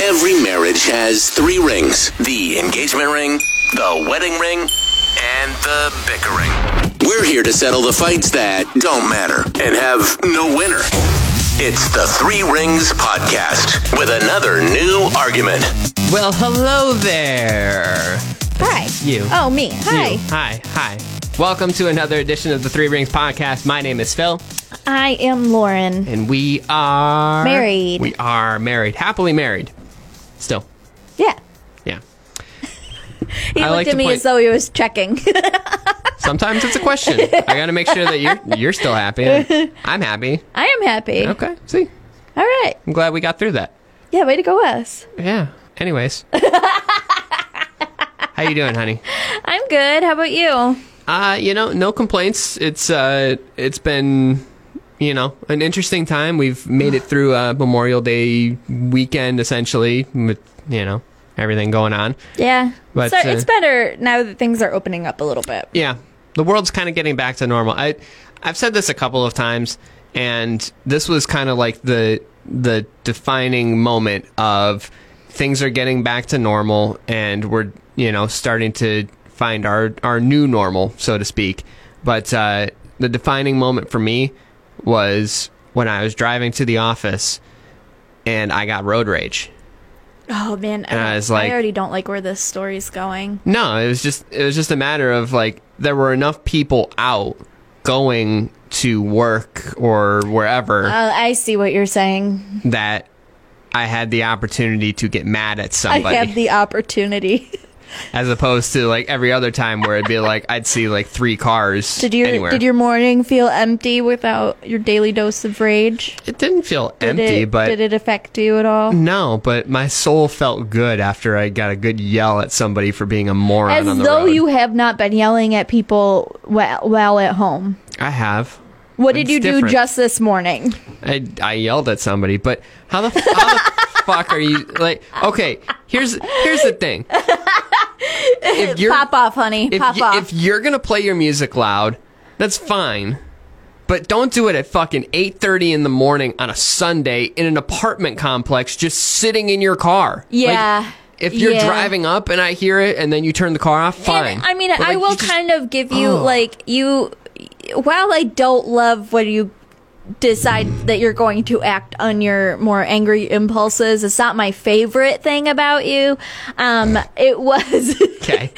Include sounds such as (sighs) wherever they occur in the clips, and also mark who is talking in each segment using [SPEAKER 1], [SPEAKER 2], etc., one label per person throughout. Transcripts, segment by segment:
[SPEAKER 1] Every marriage has three rings the engagement ring, the wedding ring, and the bickering. We're here to settle the fights that don't matter and have no winner. It's the Three Rings Podcast with another new argument.
[SPEAKER 2] Well, hello there.
[SPEAKER 3] Hi.
[SPEAKER 2] You.
[SPEAKER 3] Oh, me. Hi.
[SPEAKER 2] You. Hi. Hi. Welcome to another edition of the Three Rings Podcast. My name is Phil,
[SPEAKER 3] I am Lauren.
[SPEAKER 2] and we are
[SPEAKER 3] Married.
[SPEAKER 2] We are married, happily married. Still,
[SPEAKER 3] Yeah.
[SPEAKER 2] yeah.
[SPEAKER 3] He
[SPEAKER 2] I
[SPEAKER 3] looked
[SPEAKER 2] like
[SPEAKER 3] at
[SPEAKER 2] to
[SPEAKER 3] me
[SPEAKER 2] point-
[SPEAKER 3] as though he was checking. (laughs)
[SPEAKER 2] Sometimes it's a question. I got to make sure that you're you're still happy.
[SPEAKER 3] (laughs)
[SPEAKER 2] and I'm happy.
[SPEAKER 3] I am happy.
[SPEAKER 2] Okay. See,
[SPEAKER 3] All right.
[SPEAKER 2] I'm glad we got through that.
[SPEAKER 3] Yeah, way to go, us.
[SPEAKER 2] Yeah.
[SPEAKER 3] (laughs)
[SPEAKER 2] Anyways, how you doing, honey?
[SPEAKER 3] I'm good. How about you?
[SPEAKER 2] Uh, you know, no complaints. It's uh, it's been, you know, an interesting time. We've made it through uh, Memorial Day weekend essentially, with you know everything going on.
[SPEAKER 3] Yeah.
[SPEAKER 2] But,
[SPEAKER 3] so
[SPEAKER 2] uh,
[SPEAKER 3] it's better now that things are opening up a little bit.
[SPEAKER 2] Yeah, the world's kind of getting back to normal. I, I've said this a couple of times, and this was kind of like the the defining moment of things are getting back to normal, and we're you know starting to find our our new normal, so to speak. But uh, the defining moment for me was when I was driving to the office, and I got road rage.
[SPEAKER 3] Oh man,
[SPEAKER 2] And I was like-
[SPEAKER 3] I already don't like where this story's going.
[SPEAKER 2] No, it was just it was just a matter of like there were enough people out going to work or wherever
[SPEAKER 3] Uh, I see what you're saying.
[SPEAKER 2] that I had the opportunity to get mad at somebody
[SPEAKER 3] I had the opportunity.
[SPEAKER 2] as opposed to like every other time where it'd be like I'd see like three cars
[SPEAKER 3] (laughs) did your
[SPEAKER 2] anywhere.
[SPEAKER 3] did your morning feel empty without your daily dose of rage?
[SPEAKER 2] it didn't feel
[SPEAKER 3] Did
[SPEAKER 2] empty,
[SPEAKER 3] it-
[SPEAKER 2] but
[SPEAKER 3] did it affect you at all?
[SPEAKER 2] no, but my soul felt good after I got a good yell at somebody for being a moron
[SPEAKER 3] As
[SPEAKER 2] on the
[SPEAKER 3] though
[SPEAKER 2] road.
[SPEAKER 3] you have not been yelling at people while, while at home.
[SPEAKER 2] I have.
[SPEAKER 3] What did
[SPEAKER 2] It's
[SPEAKER 3] you do
[SPEAKER 2] different.
[SPEAKER 3] just this morning?
[SPEAKER 2] I, I yelled at somebody, but how the, f- how
[SPEAKER 3] (laughs)
[SPEAKER 2] the fuck are you like? Okay, here's here's the thing.
[SPEAKER 3] (laughs)
[SPEAKER 2] If you're
[SPEAKER 3] Pop off, honey.
[SPEAKER 2] if,
[SPEAKER 3] Pop
[SPEAKER 2] you-
[SPEAKER 3] off.
[SPEAKER 2] if you're gonna play your music loud, that's fine, but don't do it at fucking eight thirty in the morning on a Sunday in an apartment complex, just sitting in your car. Like,
[SPEAKER 3] Yeah.
[SPEAKER 2] if you're
[SPEAKER 3] Yeah.
[SPEAKER 2] driving up and I hear it, and then you turn the car off, fine.
[SPEAKER 3] And, I mean,
[SPEAKER 2] But,
[SPEAKER 3] I
[SPEAKER 2] like,
[SPEAKER 3] will
[SPEAKER 2] you just- Oh.
[SPEAKER 3] kind of give you like you. While I don't love when you decide that you're going to act on your more angry impulses, it's not my favorite thing about you. Um, it was. (laughs)
[SPEAKER 2] Okay.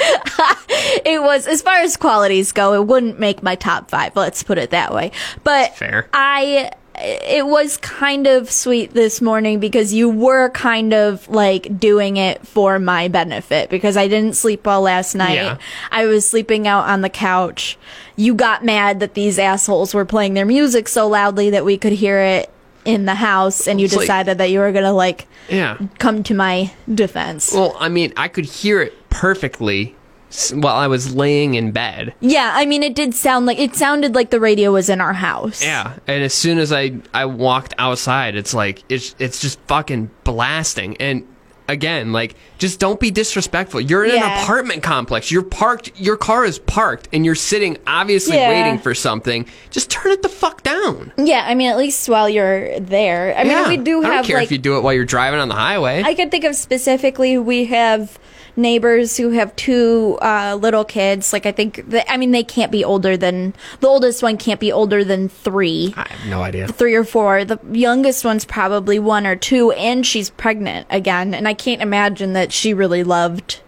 [SPEAKER 3] it was as far as qualities go it wouldn't make my top five let's put it that way but
[SPEAKER 2] Fair.
[SPEAKER 3] i it was kind of sweet this morning because you were kind of like doing it for my benefit because i didn't sleep well last night
[SPEAKER 2] Yeah.
[SPEAKER 3] i was sleeping out on the couch you got mad that these assholes were playing their music so loudly that we could hear it in the house and you
[SPEAKER 2] It's like-
[SPEAKER 3] decided that you were gonna like
[SPEAKER 2] Yeah.
[SPEAKER 3] come to my defense
[SPEAKER 2] Well, I mean, I could hear it perfectly s- while I was laying in bed.
[SPEAKER 3] Yeah, I mean, it did sound like it sounded like the radio was in our house.
[SPEAKER 2] Yeah, and as soon as I I walked outside, it's like it's it's just fucking blasting. And again, like just don't be disrespectful. You're in an
[SPEAKER 3] Yeah.
[SPEAKER 2] apartment complex. You're parked. Your car is parked, and you're sitting obviously
[SPEAKER 3] Yeah.
[SPEAKER 2] waiting for something. Just turn it the fuck down.
[SPEAKER 3] yeah. I mean, at least while you're there. I mean,
[SPEAKER 2] yeah.
[SPEAKER 3] we do
[SPEAKER 2] I
[SPEAKER 3] have
[SPEAKER 2] don't care
[SPEAKER 3] like
[SPEAKER 2] if you do it while you're driving on the highway.
[SPEAKER 3] I could think of specifically. We have neighbors who have two uh, little kids. Like I think, that, I mean, they can't be older than the oldest one can't be older than three.
[SPEAKER 2] I have no idea.
[SPEAKER 3] three or four. The youngest one's probably one or two, and she's pregnant again. And I can't imagine that she really loved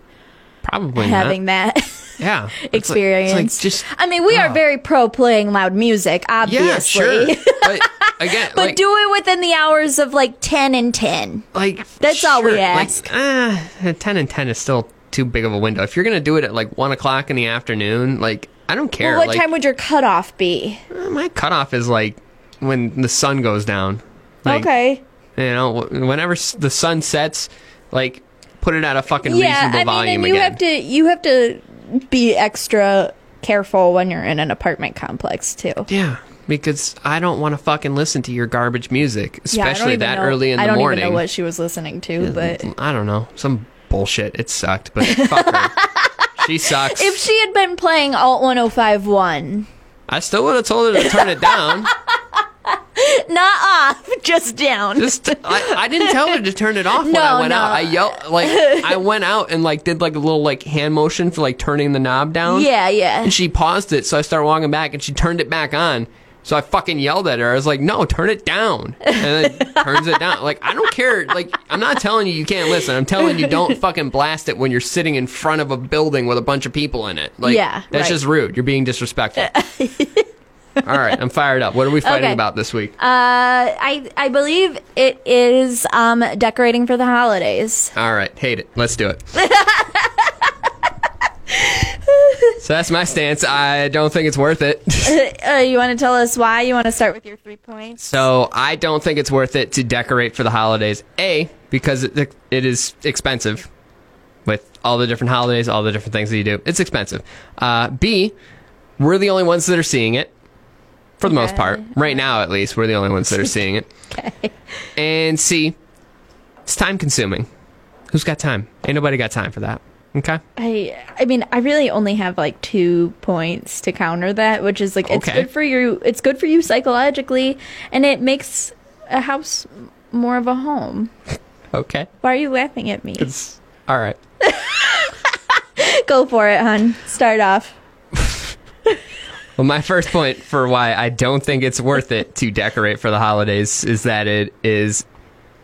[SPEAKER 2] Probably
[SPEAKER 3] having
[SPEAKER 2] not.
[SPEAKER 3] that.
[SPEAKER 2] yeah It's like- it's
[SPEAKER 3] experience.
[SPEAKER 2] Like, just
[SPEAKER 3] I mean, we
[SPEAKER 2] oh.
[SPEAKER 3] are very pro playing loud music, obviously.
[SPEAKER 2] yeah, sure. but
[SPEAKER 3] (laughs)
[SPEAKER 2] again,
[SPEAKER 3] But
[SPEAKER 2] like,
[SPEAKER 3] do it within the hours of like 10 and 10.
[SPEAKER 2] like
[SPEAKER 3] That's all we
[SPEAKER 2] sure, like,
[SPEAKER 3] ask.
[SPEAKER 2] ah, ten and ten is still too big of a window. If you're gonna do it at like one o'clock in the afternoon, like I don't care.
[SPEAKER 3] Well, what
[SPEAKER 2] like,
[SPEAKER 3] time would your cutoff be?
[SPEAKER 2] my cutoff is like when the sun goes down. Like,
[SPEAKER 3] okay.
[SPEAKER 2] You know, wh- whenever s- the sun sets, like put it at a fucking
[SPEAKER 3] yeah,
[SPEAKER 2] reasonable
[SPEAKER 3] I mean,
[SPEAKER 2] volume
[SPEAKER 3] and you
[SPEAKER 2] again.
[SPEAKER 3] have to you have to be extra careful when you're in an apartment complex too.
[SPEAKER 2] yeah, because I don't want to fucking listen to your garbage music,
[SPEAKER 3] Yeah, I don't
[SPEAKER 2] especially
[SPEAKER 3] even
[SPEAKER 2] that
[SPEAKER 3] know-
[SPEAKER 2] early in the
[SPEAKER 3] I don't
[SPEAKER 2] morning.
[SPEAKER 3] even know what she was listening to, but
[SPEAKER 2] I don't know. Some bullshit. It sucked, but fuck
[SPEAKER 3] (laughs)
[SPEAKER 2] her. She sucks.
[SPEAKER 3] if she had been playing Alt 1051,
[SPEAKER 2] I still would have told her to turn it
[SPEAKER 3] (laughs)
[SPEAKER 2] down.
[SPEAKER 3] not off, (laughs) just down.
[SPEAKER 2] Just
[SPEAKER 3] (laughs)
[SPEAKER 2] I, I didn't tell her to turn it off when
[SPEAKER 3] No,
[SPEAKER 2] I went
[SPEAKER 3] no.
[SPEAKER 2] out. I yelled
[SPEAKER 3] (laughs)
[SPEAKER 2] like I went out and like did like a little like hand motion for like turning the knob down.
[SPEAKER 3] yeah, yeah.
[SPEAKER 2] And she paused it, so I started walking back and she turned it back on. So I fucking yelled at her. I was like, "No, turn it down."
[SPEAKER 3] (laughs)
[SPEAKER 2] And then turns it down. Like, I don't care. Like, I'm not telling you you can't listen. I'm telling you
[SPEAKER 3] (laughs)
[SPEAKER 2] don't fucking blast it when you're sitting in front of a building with a bunch of people in it. Like,
[SPEAKER 3] Yeah,
[SPEAKER 2] that's
[SPEAKER 3] right.
[SPEAKER 2] just rude. You're being
[SPEAKER 3] (laughs)
[SPEAKER 2] disrespectful. All right, I'm fired up. What are we fighting
[SPEAKER 3] Okay.
[SPEAKER 2] about this week?
[SPEAKER 3] Uh, I I believe it is um decorating for the holidays. (laughs)
[SPEAKER 2] All right, hate it. Let's do it. so that's my stance. I don't think it's worth it. (laughs)
[SPEAKER 3] Uh, you want to tell us why? You want to start with your three points?
[SPEAKER 2] so I don't think it's worth it to decorate for the holidays. A because it, it is expensive with all the different holidays, all the different things that you do. It's expensive. Uh, B we're the only ones that are seeing it for the most
[SPEAKER 3] Okay.
[SPEAKER 2] part. Right now, at least, we're the only ones that are seeing it. okay. And C it's time consuming. Who's got time? Ain't nobody got time for that. Okay.
[SPEAKER 3] I I mean I really only have like two points to counter that, which is like it's
[SPEAKER 2] Okay.
[SPEAKER 3] good for you. It's good for you psychologically, and it makes a house more of a home.
[SPEAKER 2] Okay.
[SPEAKER 3] Why are you laughing at me?
[SPEAKER 2] All right.
[SPEAKER 3] (laughs) Go for it, hun. Start off.
[SPEAKER 2] Well, my first point for why I don't think it's worth it to decorate for the holidays is that it is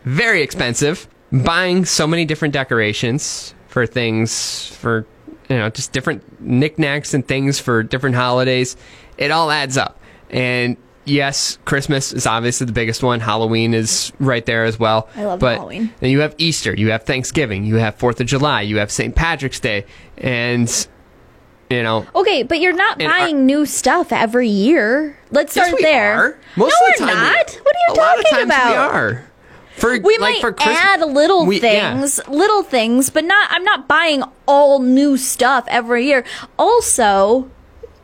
[SPEAKER 2] very expensive. Buying so many different decorations for things, for, you know, just different knickknacks and things for different holidays, it all adds up. And yes, Christmas is obviously the biggest one. Halloween is right there as well.
[SPEAKER 3] I love
[SPEAKER 2] but
[SPEAKER 3] Halloween.
[SPEAKER 2] Then you have Easter, you have Thanksgiving, you have 4th of July, you have St. Patrick's Day, and, you know,
[SPEAKER 3] Okay, but you're not
[SPEAKER 2] And
[SPEAKER 3] buying
[SPEAKER 2] are-
[SPEAKER 3] new stuff every year. Let's
[SPEAKER 2] Yes,
[SPEAKER 3] start
[SPEAKER 2] we
[SPEAKER 3] there.
[SPEAKER 2] are. Most
[SPEAKER 3] no,
[SPEAKER 2] of the
[SPEAKER 3] we're
[SPEAKER 2] time, we-
[SPEAKER 3] not. What are you
[SPEAKER 2] a
[SPEAKER 3] talking
[SPEAKER 2] lot of times
[SPEAKER 3] about?
[SPEAKER 2] We are. For
[SPEAKER 3] We
[SPEAKER 2] like
[SPEAKER 3] might
[SPEAKER 2] for Christmas,
[SPEAKER 3] add little
[SPEAKER 2] we- yeah.
[SPEAKER 3] things, little things, but not. I'm not buying all new stuff every year. Also,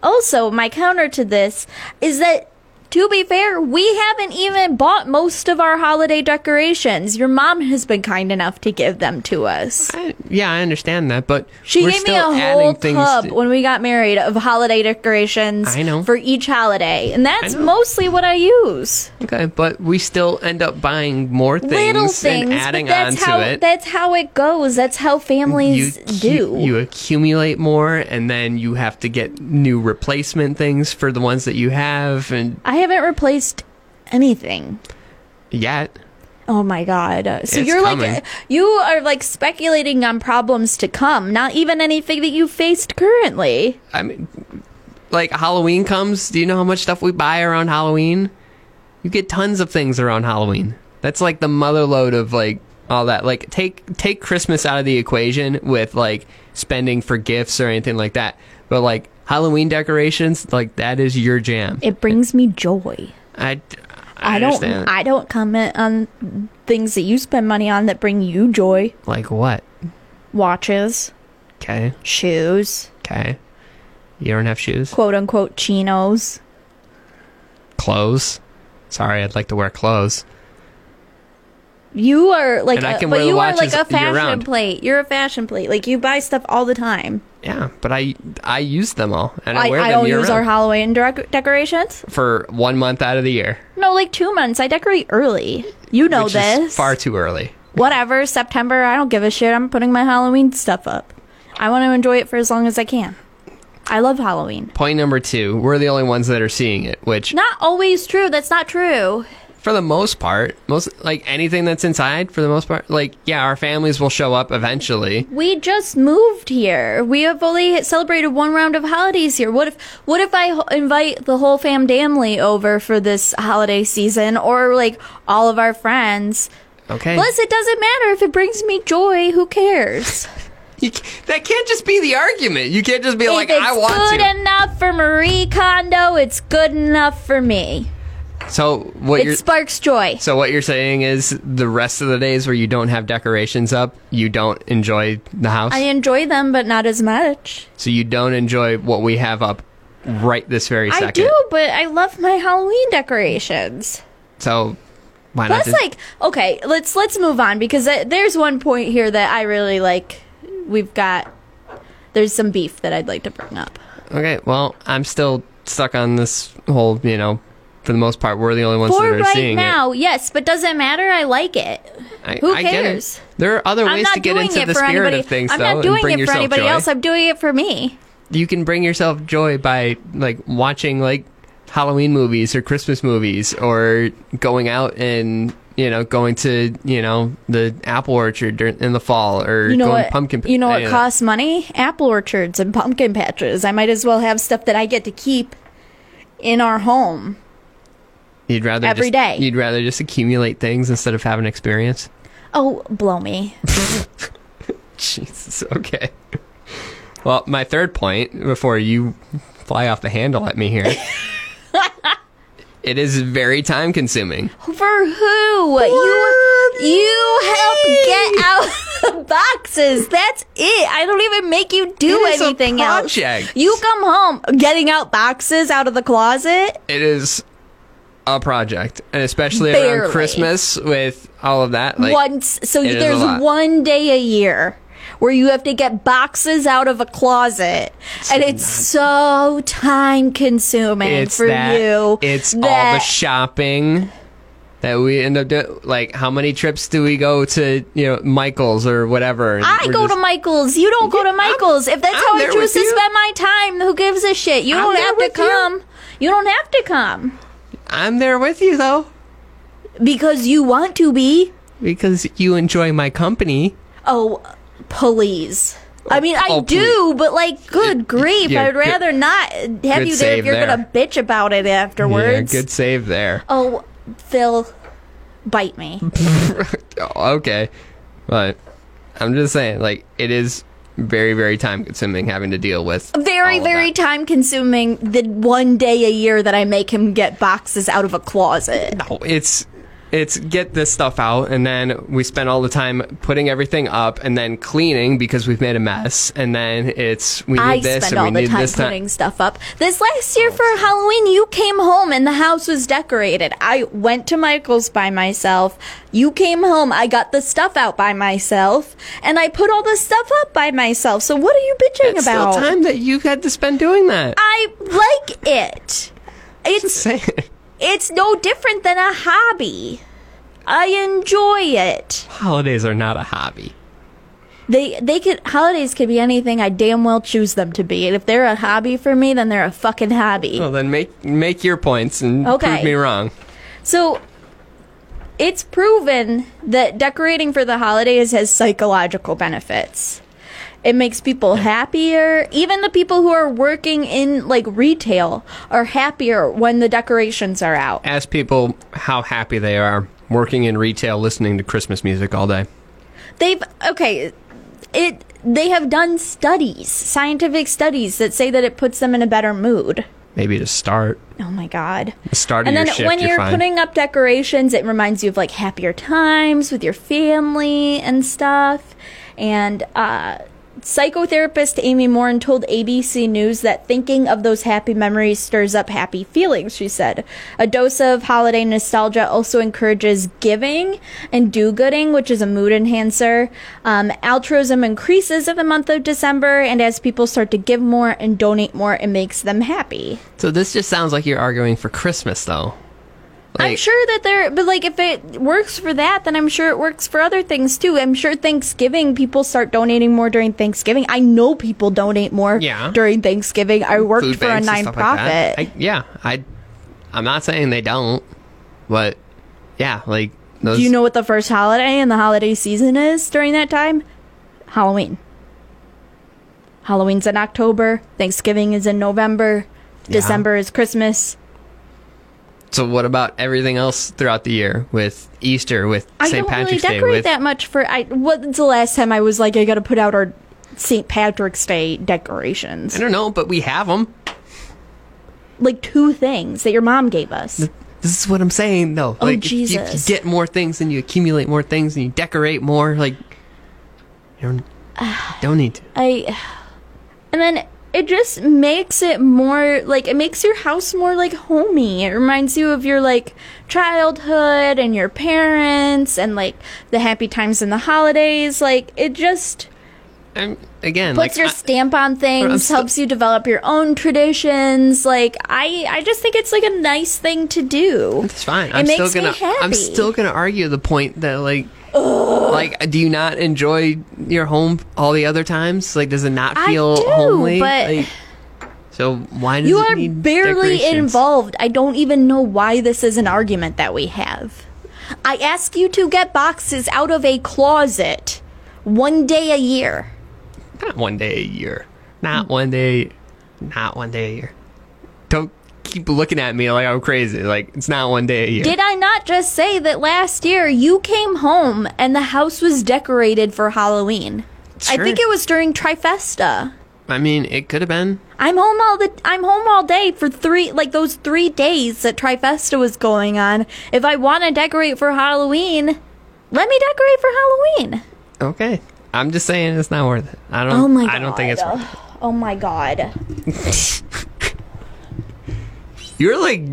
[SPEAKER 3] also, my counter to this is that. To be fair, we haven't even bought most of our holiday decorations. Your mom has been kind enough to give them to us.
[SPEAKER 2] I- yeah, I understand that, but
[SPEAKER 3] She
[SPEAKER 2] we're
[SPEAKER 3] gave me
[SPEAKER 2] still
[SPEAKER 3] a
[SPEAKER 2] adding
[SPEAKER 3] whole
[SPEAKER 2] things
[SPEAKER 3] tub
[SPEAKER 2] to-
[SPEAKER 3] when we got married of holiday decorations
[SPEAKER 2] I know.
[SPEAKER 3] for each holiday, and that's
[SPEAKER 2] know.
[SPEAKER 3] mostly what I use.
[SPEAKER 2] okay, but we still end up buying more things,
[SPEAKER 3] Little things,
[SPEAKER 2] and adding
[SPEAKER 3] but that's
[SPEAKER 2] on
[SPEAKER 3] how
[SPEAKER 2] to it.
[SPEAKER 3] that's how it goes. That's how
[SPEAKER 2] you,
[SPEAKER 3] families
[SPEAKER 2] cu-
[SPEAKER 3] do.
[SPEAKER 2] you accumulate more, and then you have to get new replacement things for the ones that you have, and
[SPEAKER 3] I haven't replaced anything.
[SPEAKER 2] yet
[SPEAKER 3] Oh my god! So
[SPEAKER 2] It's
[SPEAKER 3] you're
[SPEAKER 2] coming.
[SPEAKER 3] like you are like speculating on problems to come, not even anything that you faced currently.
[SPEAKER 2] I mean, like Halloween comes. Do you know how much stuff we buy around Halloween? You get tons of things around Halloween. That's like the mother load of like all that. Like take take Christmas out of the equation with like spending for gifts or anything like that. But like Halloween decorations, like that is your jam.
[SPEAKER 3] It brings me joy.
[SPEAKER 2] I I,
[SPEAKER 3] I don't.
[SPEAKER 2] understand.
[SPEAKER 3] I don't comment on things that you spend money on that bring you joy.
[SPEAKER 2] like what?
[SPEAKER 3] Watches.
[SPEAKER 2] Okay,
[SPEAKER 3] shoes,
[SPEAKER 2] okay. You don't have shoes,
[SPEAKER 3] quote unquote chinos.
[SPEAKER 2] clothes. Sorry, I'd like to wear clothes.
[SPEAKER 3] You are like,
[SPEAKER 2] And I
[SPEAKER 3] a,
[SPEAKER 2] can
[SPEAKER 3] but
[SPEAKER 2] wear the
[SPEAKER 3] you are like
[SPEAKER 2] watches
[SPEAKER 3] a fashion
[SPEAKER 2] year-round.
[SPEAKER 3] plate. You're a fashion plate. Like you buy stuff all the time.
[SPEAKER 2] Yeah, but I I use them all, and I,
[SPEAKER 3] I,
[SPEAKER 2] wear
[SPEAKER 3] I
[SPEAKER 2] them
[SPEAKER 3] don't
[SPEAKER 2] year
[SPEAKER 3] use
[SPEAKER 2] round.
[SPEAKER 3] our Halloween dec- decorations.
[SPEAKER 2] for one month out of the year.
[SPEAKER 3] No, like two months. I decorate early. You know
[SPEAKER 2] which
[SPEAKER 3] this.
[SPEAKER 2] is far too early.
[SPEAKER 3] Whatever. September. I don't give a shit. I'm putting my Halloween stuff up. I want to enjoy it for as long as I can. I love Halloween.
[SPEAKER 2] Point number two, we're the only ones that are seeing it, which
[SPEAKER 3] Not always true. That's not true.
[SPEAKER 2] for the most part, most like anything that's inside, for the most part, like yeah, our families will show up eventually.
[SPEAKER 3] We just moved here. We have only celebrated one round of holidays here. What if what if I ho- invite the whole fam family over for this holiday season or like all of our friends?
[SPEAKER 2] Okay,
[SPEAKER 3] Plus it doesn't matter if it brings me joy,
[SPEAKER 2] (laughs)
[SPEAKER 3] who cares?
[SPEAKER 2] You c- that can't just be the argument. You can't just be like,
[SPEAKER 3] if it's
[SPEAKER 2] I want
[SPEAKER 3] good
[SPEAKER 2] to.
[SPEAKER 3] enough for Marie Kondo, it's good enough for me.
[SPEAKER 2] So what
[SPEAKER 3] It
[SPEAKER 2] you're
[SPEAKER 3] sparks joy.
[SPEAKER 2] so what you're saying is the rest of the days where you don't have decorations up, you don't enjoy the house.
[SPEAKER 3] I enjoy them, but not as much.
[SPEAKER 2] so you don't enjoy what we have up right this very second.
[SPEAKER 3] I do, but I love my Halloween decorations.
[SPEAKER 2] So why not?
[SPEAKER 3] Plus,
[SPEAKER 2] just-
[SPEAKER 3] like, okay, let's let's move on because th- there's one point here that I really like. We've got there's some beef that I'd like to bring up.
[SPEAKER 2] okay, well, I'm still stuck on this whole, you know, for the most part, we're the only ones
[SPEAKER 3] For
[SPEAKER 2] that are
[SPEAKER 3] right
[SPEAKER 2] Oh, seeing
[SPEAKER 3] now, yes, but doesn't matter. I like it.
[SPEAKER 2] it. I,
[SPEAKER 3] who
[SPEAKER 2] I get it.
[SPEAKER 3] cares?
[SPEAKER 2] There are other
[SPEAKER 3] I'm
[SPEAKER 2] ways
[SPEAKER 3] not
[SPEAKER 2] to get
[SPEAKER 3] doing
[SPEAKER 2] into
[SPEAKER 3] it
[SPEAKER 2] the
[SPEAKER 3] for
[SPEAKER 2] spirit
[SPEAKER 3] anybody.
[SPEAKER 2] of things,
[SPEAKER 3] I'm
[SPEAKER 2] though,
[SPEAKER 3] not doing
[SPEAKER 2] and bring
[SPEAKER 3] it for
[SPEAKER 2] yourself
[SPEAKER 3] anybody
[SPEAKER 2] joy.
[SPEAKER 3] else. I'm doing it for me.
[SPEAKER 2] you can bring yourself joy by like watching like Halloween movies or Christmas movies or going out and you know going to you know the apple orchard dur- in the fall or
[SPEAKER 3] You know
[SPEAKER 2] going
[SPEAKER 3] what?
[SPEAKER 2] pumpkin.
[SPEAKER 3] you know what
[SPEAKER 2] yeah.
[SPEAKER 3] costs money? Apple orchards and pumpkin patches. I might as well have stuff that I get to keep in our home.
[SPEAKER 2] You'd rather
[SPEAKER 3] every
[SPEAKER 2] every
[SPEAKER 3] day.
[SPEAKER 2] You'd rather just accumulate things instead of have an experience.
[SPEAKER 3] Oh, blow me.
[SPEAKER 2] Jesus. Okay. Well, my third point before you fly off the handle at me
[SPEAKER 3] (laughs)
[SPEAKER 2] here. it is very time consuming.
[SPEAKER 3] For who? you you help get out the boxes. That's it. I don't even make you do
[SPEAKER 2] It is a
[SPEAKER 3] anything else.
[SPEAKER 2] project.
[SPEAKER 3] You come home getting out boxes out of the closet.
[SPEAKER 2] it is a project, and especially
[SPEAKER 3] Barely.
[SPEAKER 2] around Christmas with all of that. Like,
[SPEAKER 3] once so
[SPEAKER 2] it is a
[SPEAKER 3] there's
[SPEAKER 2] lot.
[SPEAKER 3] one day a year where you have to get boxes out of a closet and it's so time consuming
[SPEAKER 2] it's
[SPEAKER 3] for
[SPEAKER 2] that,
[SPEAKER 3] you
[SPEAKER 2] It's all the
[SPEAKER 3] that-
[SPEAKER 2] shopping that we end up doing. Like, how many trips do we go to, you know, Michael's or whatever? and
[SPEAKER 3] I
[SPEAKER 2] we're
[SPEAKER 3] go
[SPEAKER 2] just-
[SPEAKER 3] to Michael's. You don't go to Michael's. if that's
[SPEAKER 2] I'm
[SPEAKER 3] how I
[SPEAKER 2] there
[SPEAKER 3] choose
[SPEAKER 2] with
[SPEAKER 3] to
[SPEAKER 2] you.
[SPEAKER 3] spend my time, who gives a shit? You
[SPEAKER 2] I'm
[SPEAKER 3] don't
[SPEAKER 2] there
[SPEAKER 3] have to
[SPEAKER 2] with you.
[SPEAKER 3] come. You don't have to come
[SPEAKER 2] I'm there with you though
[SPEAKER 3] because you want to be.
[SPEAKER 2] because you enjoy my company.
[SPEAKER 3] Oh, please. I mean, I
[SPEAKER 2] oh,
[SPEAKER 3] do, but like, good grief,
[SPEAKER 2] yeah,
[SPEAKER 3] I'd
[SPEAKER 2] good-
[SPEAKER 3] rather not have
[SPEAKER 2] good
[SPEAKER 3] you there if
[SPEAKER 2] save
[SPEAKER 3] you're
[SPEAKER 2] there.
[SPEAKER 3] gonna bitch about it
[SPEAKER 2] Yeah,
[SPEAKER 3] afterwards.
[SPEAKER 2] good save there.
[SPEAKER 3] Oh, Phil,
[SPEAKER 2] (laughs)
[SPEAKER 3] bite me.
[SPEAKER 2] Oh, okay, but I'm just saying, like, it is very, very time consuming having to deal with
[SPEAKER 3] Very,
[SPEAKER 2] all of
[SPEAKER 3] very
[SPEAKER 2] that.
[SPEAKER 3] time consuming. The one day a year that I make him get boxes out of a closet.
[SPEAKER 2] No, it's it's get this stuff out and then we spend all the time putting everything up and then cleaning because we've made a mess and then it's we need
[SPEAKER 3] I
[SPEAKER 2] this
[SPEAKER 3] spend
[SPEAKER 2] and we
[SPEAKER 3] all the
[SPEAKER 2] need
[SPEAKER 3] time
[SPEAKER 2] this time.
[SPEAKER 3] putting stuff up. This last year for Halloween, you came home and the house was decorated. I went to Michael's by myself. You came home. I got the stuff out by myself, and I put all the stuff up by myself. So what are you bitching
[SPEAKER 2] It's
[SPEAKER 3] about?
[SPEAKER 2] still time that you've had to spend doing that.
[SPEAKER 3] I like it. It's
[SPEAKER 2] Say it.
[SPEAKER 3] it's no different than a hobby. I enjoy it.
[SPEAKER 2] (laughs) Holidays are not a hobby.
[SPEAKER 3] They they could holidays could be anything I damn well choose them to be. And if they're a hobby for me, then they're a fucking hobby.
[SPEAKER 2] Well, then make make your points and
[SPEAKER 3] Okay.
[SPEAKER 2] prove me wrong.
[SPEAKER 3] So it's proven that decorating for the holidays has psychological benefits. It makes people happier. Even the people who are working in like retail are happier when the decorations are out.
[SPEAKER 2] Ask people how happy they are working in retail, listening to Christmas music all day.
[SPEAKER 3] they've okay it they have done studies scientific studies that say that it puts them in a better mood
[SPEAKER 2] Maybe to start
[SPEAKER 3] oh my god
[SPEAKER 2] the start of
[SPEAKER 3] and
[SPEAKER 2] your
[SPEAKER 3] then
[SPEAKER 2] shift,
[SPEAKER 3] when
[SPEAKER 2] you're,
[SPEAKER 3] you're
[SPEAKER 2] fine.
[SPEAKER 3] putting up decorations it reminds you of like happier times with your family and stuff and uh Psychotherapist Amy Morin told ABC News that thinking of those happy memories stirs up happy feelings, she said. A dose of holiday nostalgia also encourages giving and do gooding, which is a mood enhancer. Um, altruism increases in the month of December, and as people start to give more and donate more, it makes them happy.
[SPEAKER 2] so this just sounds like you're arguing for Christmas, though.
[SPEAKER 3] I'm
[SPEAKER 2] Like-
[SPEAKER 3] sure that there, but like if it works for that, then I'm sure it works for other things too. I'm sure Thanksgiving people start donating more during Thanksgiving. I know people donate more
[SPEAKER 2] Yeah.
[SPEAKER 3] during Thanksgiving. I worked
[SPEAKER 2] food
[SPEAKER 3] for a
[SPEAKER 2] banks and stuff like
[SPEAKER 3] nonprofit.
[SPEAKER 2] that. I, yeah, I, I'm not saying they don't, but yeah, like those.
[SPEAKER 3] Do you know what the first holiday in the holiday season is during that time? Halloween. Halloween's in October. Thanksgiving is in November. December is Christmas.
[SPEAKER 2] So what about everything else throughout the year with Easter, with
[SPEAKER 3] I
[SPEAKER 2] St.
[SPEAKER 3] don't really
[SPEAKER 2] Patrick's Day,
[SPEAKER 3] decorate
[SPEAKER 2] with
[SPEAKER 3] that much for. I what's the last time I was like I got to put out our St. Patrick's Day decorations?
[SPEAKER 2] I don't know, but we have them.
[SPEAKER 3] like two things that your mom gave us.
[SPEAKER 2] This is what I'm saying, though.
[SPEAKER 3] Oh,
[SPEAKER 2] like, if you- If you,
[SPEAKER 3] Jesus.
[SPEAKER 2] get more things and you accumulate more things and you decorate more, like, you
[SPEAKER 3] (sighs)
[SPEAKER 2] don't, don't need to.
[SPEAKER 3] I and then it just makes it more like it makes your house more like homey. It reminds you of your like childhood and your parents and like the happy times and the holidays. Like it just
[SPEAKER 2] I'm, again,
[SPEAKER 3] puts
[SPEAKER 2] like,
[SPEAKER 3] your
[SPEAKER 2] I-
[SPEAKER 3] stamp on
[SPEAKER 2] I'm
[SPEAKER 3] things,
[SPEAKER 2] still-
[SPEAKER 3] helps you develop your own traditions. Like I I just think it's like a nice thing to do.
[SPEAKER 2] It's fine.
[SPEAKER 3] It
[SPEAKER 2] I'm
[SPEAKER 3] makes
[SPEAKER 2] still gonna.
[SPEAKER 3] me happy.
[SPEAKER 2] I'm still gonna argue the point that like, like, do you not enjoy your home all the other times? Like, does it not
[SPEAKER 3] I
[SPEAKER 2] feel
[SPEAKER 3] do,
[SPEAKER 2] homely?
[SPEAKER 3] but-
[SPEAKER 2] Like, so why does
[SPEAKER 3] You
[SPEAKER 2] it
[SPEAKER 3] are
[SPEAKER 2] need
[SPEAKER 3] barely
[SPEAKER 2] decorations?
[SPEAKER 3] involved. I don't even know why this is an argument that we have. I ask you to get boxes out of a closet one day a year.
[SPEAKER 2] Not one day a year. Not one day. Not one day a year. Don't keep looking at me like I'm crazy. Like it's not one day a year.
[SPEAKER 3] Did I not just say that last year you came home and the house was decorated for Halloween? I
[SPEAKER 2] Sure.
[SPEAKER 3] think it was during Trifesta.
[SPEAKER 2] I mean, it could have been.
[SPEAKER 3] I'm home all the I'm home all day for three like those 3 days that Trifesta was going on. If I want to decorate for Halloween, let me decorate for Halloween.
[SPEAKER 2] Okay. I'm just saying it's not worth it. I don't.
[SPEAKER 3] Oh my god.
[SPEAKER 2] I don't think it's worth it.
[SPEAKER 3] Oh my god.
[SPEAKER 2] You're like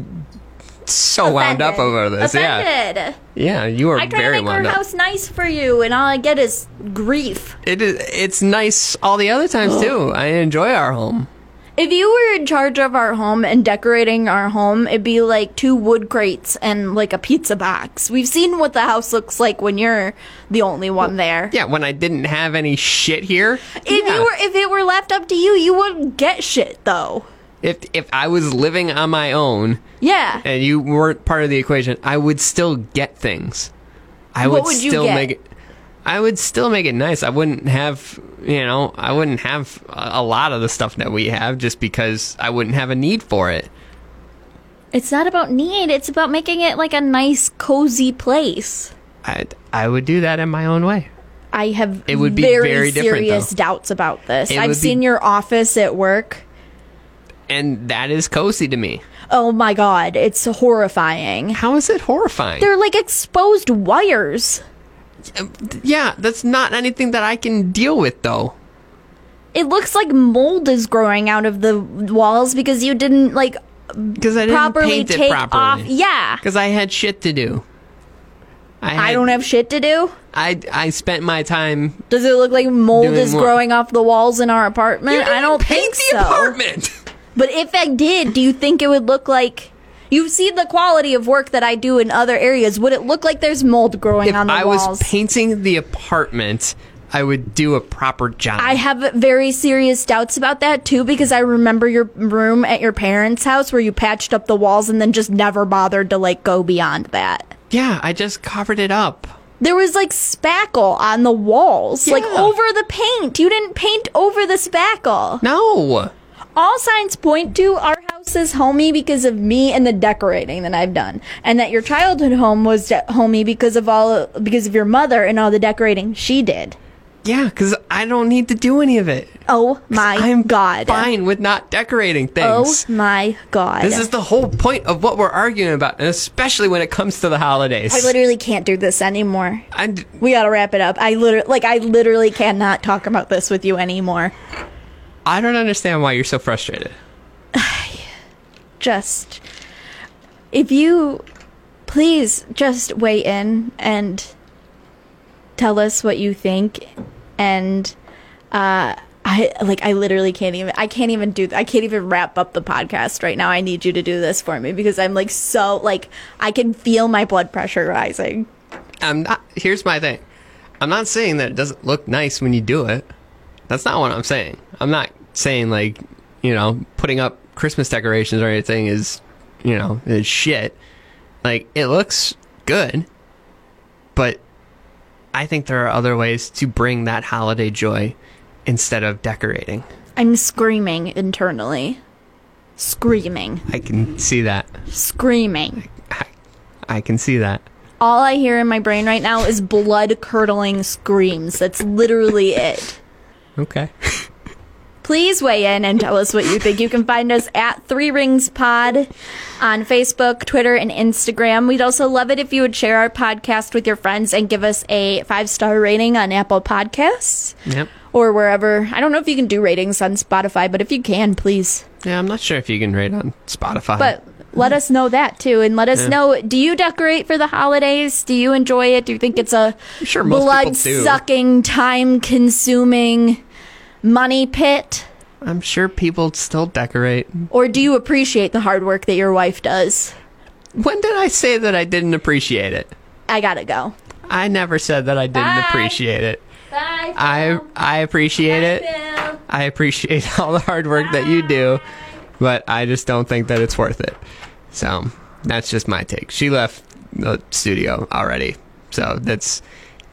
[SPEAKER 2] so wound up
[SPEAKER 3] Offended.
[SPEAKER 2] over this.
[SPEAKER 3] Offended.
[SPEAKER 2] Yeah. Yeah. You are
[SPEAKER 3] I try to
[SPEAKER 2] very
[SPEAKER 3] make
[SPEAKER 2] wound
[SPEAKER 3] our
[SPEAKER 2] up.
[SPEAKER 3] house nice for you, and all I get is grief.
[SPEAKER 2] It is. It's nice all the other times too. I enjoy our home.
[SPEAKER 3] If you were in charge of our home and decorating our home, it'd be like two wood crates and like a pizza box. We've seen what the house looks like when you're the only one there.
[SPEAKER 2] Yeah, when I didn't have any shit here.
[SPEAKER 3] If
[SPEAKER 2] yeah.
[SPEAKER 3] you were, if it were left up to you, you wouldn't get shit though.
[SPEAKER 2] if if I was living on my own
[SPEAKER 3] Yeah.
[SPEAKER 2] and you weren't part of the equation, I would still get things. I
[SPEAKER 3] What
[SPEAKER 2] would,
[SPEAKER 3] would you
[SPEAKER 2] still
[SPEAKER 3] get?
[SPEAKER 2] make it. I would still make it nice. I wouldn't have, you know, I wouldn't have a a lot of the stuff that we have just because I wouldn't have a need for it.
[SPEAKER 3] It's not about need. It's about making it like a nice, cozy place.
[SPEAKER 2] I I would do that in my own way.
[SPEAKER 3] I have
[SPEAKER 2] It would be
[SPEAKER 3] very,
[SPEAKER 2] very different,
[SPEAKER 3] serious
[SPEAKER 2] though.
[SPEAKER 3] doubts about this.
[SPEAKER 2] It
[SPEAKER 3] I've
[SPEAKER 2] would be-
[SPEAKER 3] seen your office at work.
[SPEAKER 2] And that is cozy to me.
[SPEAKER 3] Oh my god, it's horrifying.
[SPEAKER 2] How is it horrifying?
[SPEAKER 3] They're like exposed wires.
[SPEAKER 2] Yeah, that's not anything that I can deal with though.
[SPEAKER 3] It looks like mold is growing out of the walls because you didn't like
[SPEAKER 2] Because I didn't
[SPEAKER 3] properly
[SPEAKER 2] paint it
[SPEAKER 3] take off.
[SPEAKER 2] properly.
[SPEAKER 3] Yeah.
[SPEAKER 2] Because I had shit to do.
[SPEAKER 3] I
[SPEAKER 2] had-
[SPEAKER 3] don't e- have shit to do.
[SPEAKER 2] I I spent my time.
[SPEAKER 3] Does it look like mold
[SPEAKER 2] Doing
[SPEAKER 3] is
[SPEAKER 2] what?
[SPEAKER 3] growing off the walls in our apartment? I don't
[SPEAKER 2] paint
[SPEAKER 3] think
[SPEAKER 2] the
[SPEAKER 3] so.
[SPEAKER 2] apartment.
[SPEAKER 3] But if I did, do you think it would look like You've seen the quality of work that I do in other areas. Would it look like there's mold growing
[SPEAKER 2] If
[SPEAKER 3] on the
[SPEAKER 2] I
[SPEAKER 3] walls?
[SPEAKER 2] was painting the apartment, I would do a proper job.
[SPEAKER 3] I have very serious doubts about that too because I remember your room at your parents' house where you patched up the walls and then just never bothered to like go beyond that.
[SPEAKER 2] yeah, I just covered it up.
[SPEAKER 3] There was like spackle on the walls, like
[SPEAKER 2] Yeah.
[SPEAKER 3] over the paint. You didn't paint over the spackle.
[SPEAKER 2] No,
[SPEAKER 3] All signs point to our house is homey because of me and the decorating that I've done, and that your childhood home was de- homey because of all because of your mother and all the decorating she did.
[SPEAKER 2] yeah, because I don't need to do any of it.
[SPEAKER 3] Oh my
[SPEAKER 2] I'm
[SPEAKER 3] god!
[SPEAKER 2] fine with not decorating
[SPEAKER 3] Oh
[SPEAKER 2] things.
[SPEAKER 3] my god!
[SPEAKER 2] This is the whole point of what we're arguing about, and especially when it comes to the holidays.
[SPEAKER 3] I literally can't do this anymore.
[SPEAKER 2] I d-
[SPEAKER 3] We gotta wrap it up. I literally, like, I literally cannot talk about this with you anymore.
[SPEAKER 2] I don't understand why you're so frustrated.
[SPEAKER 3] Just, if you, please, just weigh in and tell us what you think. And, uh, I like, I literally can't even. I can't even do. I can't even wrap up the podcast right now. I need you to do this for me because I'm like so like I can feel my blood pressure rising.
[SPEAKER 2] I'm not. Here's my thing. I'm not saying that it doesn't look nice when you do it. That's not what I'm saying. I'm not saying like you know putting up Christmas decorations or anything is you know is shit. Like it looks good, but I think there are other ways to bring that holiday joy instead of decorating.
[SPEAKER 3] I'm screaming internally. Screaming.
[SPEAKER 2] I can see that.
[SPEAKER 3] Screaming.
[SPEAKER 2] I, I can see that.
[SPEAKER 3] All I hear in my brain right now
[SPEAKER 2] (laughs)
[SPEAKER 3] is blood curdling screams. That's literally it.
[SPEAKER 2] Okay.
[SPEAKER 3] please weigh in and tell us what you think. You can find us at Three Rings Pod on Facebook, Twitter, and Instagram. We'd also love it if you would share our podcast with your friends and give us a five star rating on Apple Podcasts
[SPEAKER 2] Yep.
[SPEAKER 3] or wherever. I don't know if you can do ratings on Spotify, but if you can, please.
[SPEAKER 2] Yeah, I'm not sure if you can rate on Spotify.
[SPEAKER 3] But let us know that too, and let us
[SPEAKER 2] Yeah.
[SPEAKER 3] know: Do you decorate for the holidays? Do you enjoy it? Do you think it's a
[SPEAKER 2] sure most people do.
[SPEAKER 3] blood-sucking, time-consuming money pit,
[SPEAKER 2] I'm sure people still decorate.
[SPEAKER 3] or do you appreciate the hard work that your wife does?
[SPEAKER 2] When did I say that I didn't appreciate it?
[SPEAKER 3] I gotta go.
[SPEAKER 2] I never said that I didn't
[SPEAKER 3] Bye.
[SPEAKER 2] appreciate it.
[SPEAKER 3] Bye.
[SPEAKER 2] I I appreciate it. I appreciate (laughs) all the hard work that you do, but I just don't think that it's worth it. So that's just my take. She left the studio already, so that's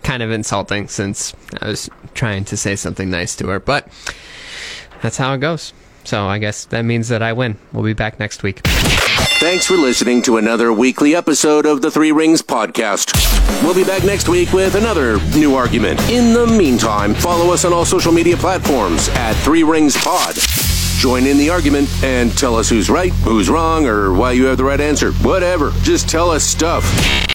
[SPEAKER 2] kind of insulting since I was trying to say something nice to her, but that's how it goes. So I guess that means that I win. We'll be back next week.
[SPEAKER 1] Thanks for listening to another weekly episode of the Three Rings Podcast. We'll be back next week with another new argument. In the meantime, follow us on all social media platforms at Three Rings Pod. Join in the argument and tell us who's right, who's wrong, or why you have the right answer. Whatever. Just tell us stuff.